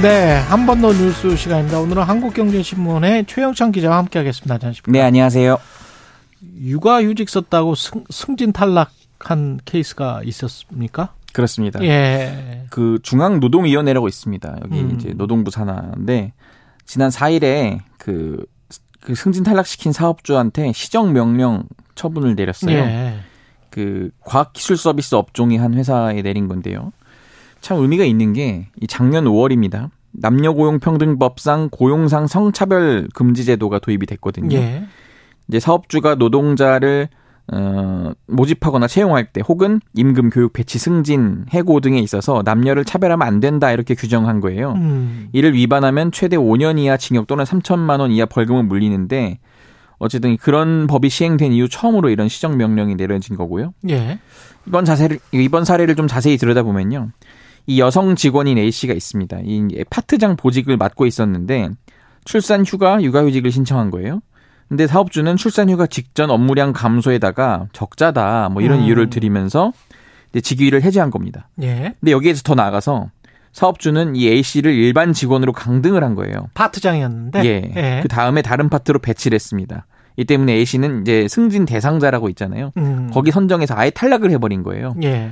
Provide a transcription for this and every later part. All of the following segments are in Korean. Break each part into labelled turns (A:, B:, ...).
A: 네, 한 번 더 뉴스 시간입니다. 오늘은 한국경제신문의 최영창 기자와 함께하겠습니다. 안녕하십니까?
B: 네, 안녕하세요.
A: 육아휴직 썼다고 승, 승진 탈락한 케이스가 있었습니까?
B: 그렇습니다.
A: 예.
B: 그 중앙노동위원회라고 있습니다. 여기
A: 음.
B: 이제 노동부 산하인데 지난 4일에 그, 그 승진 탈락시킨 사업주한테 시정 명령 처분을 내렸어요.
A: 예.
B: 그 과학기술 서비스 업종이 한 회사에 내린 건데요. 참 의미가 있는 게 이 작년 5월입니다. 남녀 고용 평등법상 고용상 성차별 금지 제도가 도입이 됐거든요.
A: 예.
B: 이제 사업주가 노동자를 어, 모집하거나 채용할 때 혹은 임금 교육 배치 승진 해고 등에 있어서 남녀를 차별하면 안 된다 이렇게 규정한 거예요.
A: 음.
B: 이를 위반하면 최대 5년 이하 징역 또는 3천만 원 이하 벌금을 물리는데 어쨌든 그런 법이 시행된 이후 처음으로 이런 시정 명령이 내려진 거고요.
A: 예.
B: 이번 자세를 이번 사례를 좀 자세히 들여다보면요. 이 여성 직원인 A 씨가 있습니다. 이 파트장 보직을 맡고 있었는데 출산 휴가, 육아 휴직을 신청한 거예요. 근데 사업주는 출산 휴가 직전 업무량 감소에다가 적자다 뭐 이런
A: 음.
B: 이유를 들이면서 이제 직위를 해제한 겁니다.
A: 예.
B: 근데 여기에서 더 나아가서 사업주는 이 A 씨를 일반 직원으로 강등을 한 거예요.
A: 파트장이었는데.
B: 예. 그 다음에 다른 파트로 배치를 했습니다. 이 때문에 A 씨는 이제 승진 대상자라고 있잖아요.
A: 음.
B: 그 거기 선정에서 아예 탈락을 해버린 거예요.
A: 예.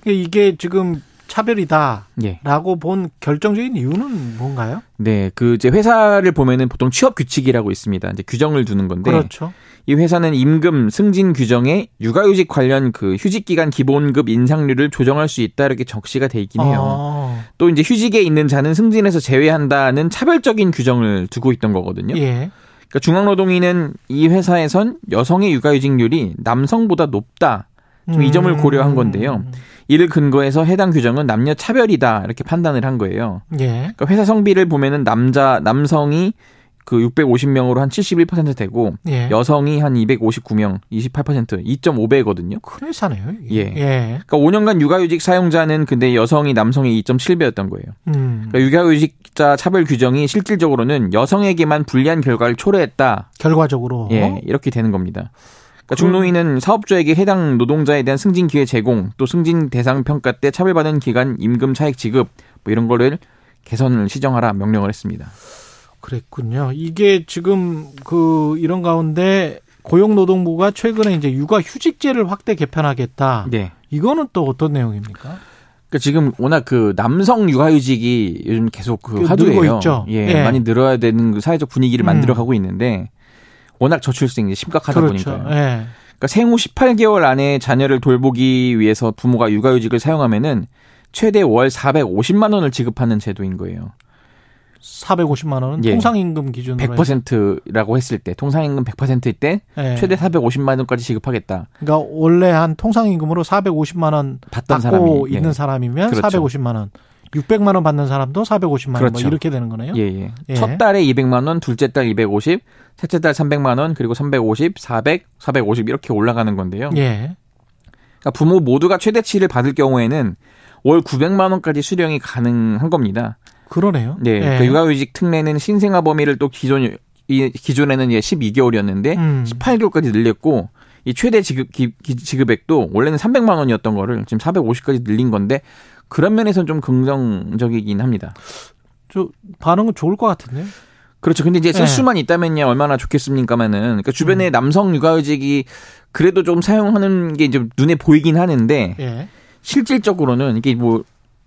A: 그러니까 이게 지금 차별이다라고
B: 예.
A: 본 결정적인 이유는 뭔가요?
B: 네, 그 이제 회사를 보면은 보통 취업 규칙이라고 있습니다. 이제 규정을 두는 건데
A: 그렇죠.
B: 이 회사는 임금 승진 규정에 육아휴직 관련 그 휴직 기간 기본급 인상률을 조정할 수 있다 이렇게 적시가 돼 있긴 해요.
A: 어,
B: 또 이제 휴직에 있는 자는 승진에서 제외한다는 차별적인 규정을 두고 있던 거거든요.
A: 예.
B: 그러니까 중앙노동위는 이 회사에선 여성의 육아휴직률이 남성보다 높다. 좀이 점을 고려한 건데요.
A: 음.
B: 이를 근거해서 해당 규정은 남녀 차별이다 이렇게 판단을 한 거예요.
A: 예.
B: 그러니까 회사 성비를 보면은 남자 남성이 그 650명으로 한 71% 되고
A: 예.
B: 여성이 한 259명 28% 2.5배거든요.
A: 큰 회사네요. 이게.
B: 예.
A: 예.
B: 그러니까 5년간 육아휴직 사용자는 근데 여성이 남성의 2.7배였던 거예요.
A: 음.
B: 그러니까 육아휴직자 차별 규정이 실질적으로는 여성에게만 불리한 결과를 초래했다.
A: 결과적으로.
B: 예, 이렇게 되는 겁니다. 그러니까
A: 그럼-
B: 중노인은 사업주에게 해당 노동자에 대한 승진 기회 제공, 또 승진 대상 평가 때 차별받은 기간 임금 차액 지급 뭐 이런 거를 개선을 시정하라 명령을 했습니다.
A: 그랬군요. 이게 지금 그 이런 가운데 고용노동부가 최근에 이제 육아휴직제를 확대 개편하겠다.
B: 네.
A: 이거는 또 어떤 내용입니까?
B: 그러니까 지금 워낙 그 남성 육아휴직이 요즘 계속 그
A: 그
B: 화두예요.
A: 늘고 있죠.
B: 예,
A: 예.
B: 많이 늘어야 되는 그 사회적 분위기를
A: 음.
B: 만들어 가고 있는데 워낙 저출생이 심각하다 보니까요.
A: 예.
B: 그러니까 생후 18개월 안에 자녀를 돌보기 위해서 부모가 육아휴직을 사용하면은 최대 월 450만 원을 지급하는 제도인 거예요.
A: 450만 원은
B: 예.
A: 통상 임금 기준으로
B: 100%라고 했을 때 통상임금 100%일 때
A: 예.
B: 최대 450만 원까지 지급하겠다.
A: 그러니까 원래 한 통상 임금으로 450만 원
B: 받던 사람이
A: 받고
B: 예.
A: 있는 사람이면
B: 그렇죠.
A: 450만 원, 600만 원 받는 사람도 450만 원, 뭐
B: 그렇죠.
A: 이렇게 되는 거네요.
B: 예, 예.
A: 예.
B: 첫 달에 200만 원, 둘째 달 250, 셋째 달 300만 원, 그리고 350, 400, 450 이렇게 올라가는 건데요.
A: 예.
B: 그러니까 부모 모두가 최대치를 받을 경우에는 월 900만 원까지 수령이 가능한 겁니다.
A: 그러네요. 예.
B: 네. 그 육아휴직 특례는 신생아 범위를 또 기존 이- 기존에는 예 12개월이었는데
A: 음.
B: 18개월까지 늘렸고 이 최대 지급 기- 기- 지급액도 원래는 300만 원이었던 거를 지금 450까지 늘린 건데 그런 면에서는 좀 긍정적이긴 합니다.
A: 저 반응은 좋을 것 같은데요.
B: 그렇죠. 근데 이제
A: 예.
B: 쓸 수만 있다면요 얼마나 좋겠습니까만은 그러니까 주변에 남성 육아휴직이 그래도 좀 사용하는 게 이제 눈에 보이긴 하는데
A: 예.
B: 실질적으로는 이게 뭐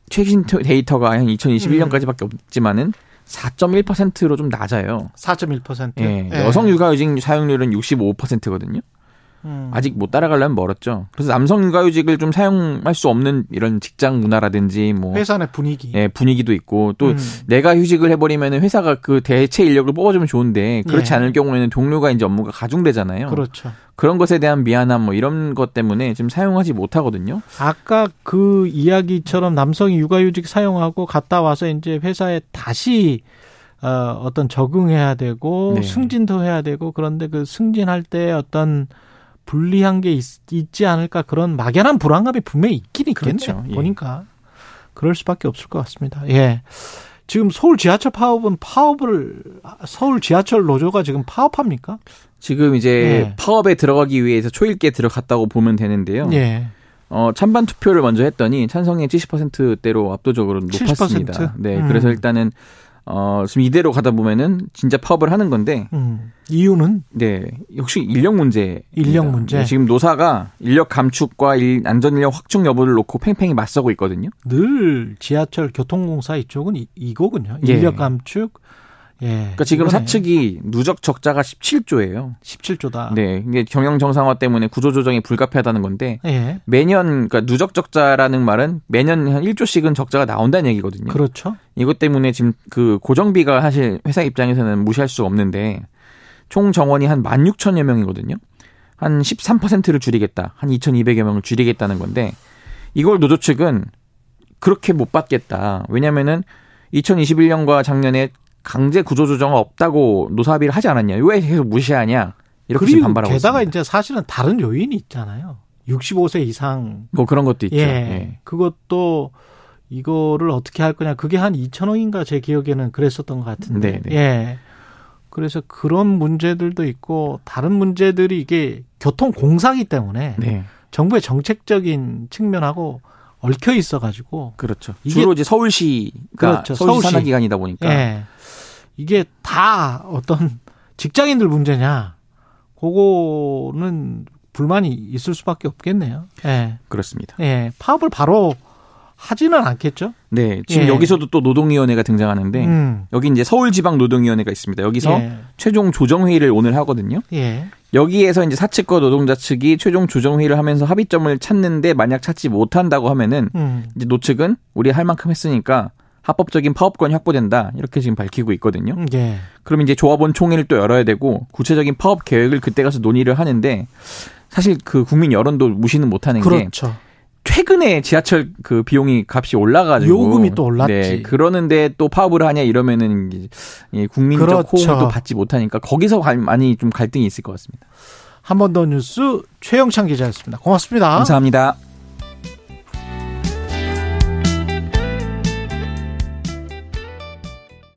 B: 최신 테- 데이터가 한 2021년까지밖에 없지만은 4.1%로 좀 낮아요.
A: 4.1%.
B: 예. 여성 육아휴직 사용률은 65%거든요.
A: 음.
B: 아직 못 따라가려면 멀었죠. 그래서 남성 육아휴직을 좀 사용할 수 없는 이런 직장 문화라든지 뭐
A: 회사 내 분위기.
B: 예, 분위기도 있고 또
A: 음.
B: 내가 휴직을 해버리면 회사가 그 대체 인력을 뽑아주면 좋은데 그렇지
A: 예.
B: 않을 경우에는 동료가 이제 업무가 가중되잖아요.
A: 그렇죠.
B: 런 것에 대한 미안함 뭐 이런 것 때문에 지금 사용하지 못하거든요.
A: 아까 그 이야기처럼 남성이 육아휴직 사용하고 갔다 와서 이제 회사에 다시 어, 어떤 적응해야 되고
B: 네.
A: 승진도 해야 되고 그런데 그 승진할 때 어떤 불리한 게 있, 지 않을까 그런 막연한 불안감이 분명히 있긴 있겠네요.
B: 그렇죠. 예.
A: 보니까 그럴 수밖에 없을 것 같습니다. 예. 지금 서울 지하철 파업은 파업을 서울 지하철 노조가 지금 파업합니까?
B: 지금 이제
A: 예.
B: 파업에 들어가기 위해서 초일기에 들어갔다고 보면 되는데요.
A: 예.
B: 어, 찬반 투표를 먼저 했더니 찬성이 70%대로 압도적으로
A: 70%?
B: 높았습니다. 네,
A: 음.
B: 그래서 일단은 어, 지금 이대로 가다 보면은 진짜 파업을 하는 건데
A: 음. 이유는
B: 네, 역시 인력 문제. 네,
A: 인력 문제.
B: 지금 노사가 인력 감축과 일- 안전 인력 확충 여부를 놓고 팽팽히 맞서고 있거든요.
A: 늘 지하철 교통공사 이쪽은 이, 이거군요.
B: 예.
A: 인력 감축. 예.
B: 그러니까 지금 사측이 누적 적자가 17조예요.
A: 17조다.
B: 네, 이게 경영 정상화 때문에 구조 조정이 불가피하다는 건데
A: 예.
B: 매년 그러니까 누적 적자라는 말은 매년 한 1조씩은 적자가 나온다는 얘기거든요.
A: 그렇죠.
B: 이것 때문에 지금 그 고정비가 사실 회사 입장에서는 무시할 수 없는데 총 정원이 한 16,000여 명이거든요. 한 13%를 줄이겠다. 한 2,200여 명을 줄이겠다는 건데 이걸 노조 측은 그렇게 못 받겠다. 왜냐면은 2021년과 작년에 강제 구조 조정은 없다고 노사 합의를 하지 않았냐. 왜 계속 무시하냐. 이렇게 지금
A: 그리고
B: 반발하고
A: 게다가
B: 있습니다.
A: 이제 사실은 다른 요인이 있잖아요. 65세 이상
B: 뭐 그런 것도 있죠.
A: 예.
B: 예.
A: 그것도 이거를 어떻게 할 거냐. 그게 한 2천 원인가 제 기억에는 그랬었던 것 같은데.
B: 네, 네.
A: 예. 그래서 그런 문제들도 있고 다른 문제들이 이게 교통 공사기 때문에
B: 네.
A: 정부의 정책적인 측면하고 얽혀 있어 가지고
B: 그렇죠.
A: 이게-
B: 주로 이제 서울시가
A: 그렇죠.
B: 서울시
A: 서울시.
B: 산하기관이다 보니까
A: 예. 이게 다 어떤 직장인들 문제냐. 그거는 불만이 있을 수밖에 없겠네요. 예.
B: 그렇습니다.
A: 예. 파업을 바로 하지는 않겠죠?
B: 네, 지금
A: 예.
B: 여기서도 또 노동위원회가 등장하는데
A: 음.
B: 여기 이제 서울지방노동위원회가 있습니다. 네. 여기서
A: 예.
B: 최종 조정회의를 오늘 하거든요.
A: 예.
B: 여기에서 이제 사측과 노동자 측이 최종 조정회의를 하면서 합의점을 찾는데 만약 찾지 못한다고 하면은
A: 음.
B: 이제 노측은 우리 할 만큼 했으니까 합법적인 파업권이 확보된다 이렇게 지금 밝히고 있거든요.
A: 예.
B: 그럼 이제 조합원 총회를 또 열어야 되고 구체적인 파업 계획을 그때 가서 논의를 하는데 사실 그 국민 여론도 무시는 못하는 게
A: 그렇죠.
B: 최근에 지하철 그 비용이 값이 올라가지고
A: 요금이 또 올랐지.
B: 네, 그러는데 또 파업을 하냐 이러면은 이제 이 국민적
A: 그렇죠.
B: 호응도 받지 못하니까 거기서 갈- 많이 좀 갈등이 있을 것 같습니다.
A: 한 번 더 뉴스 최영창 기자였습니다. 고맙습니다.
B: 감사합니다.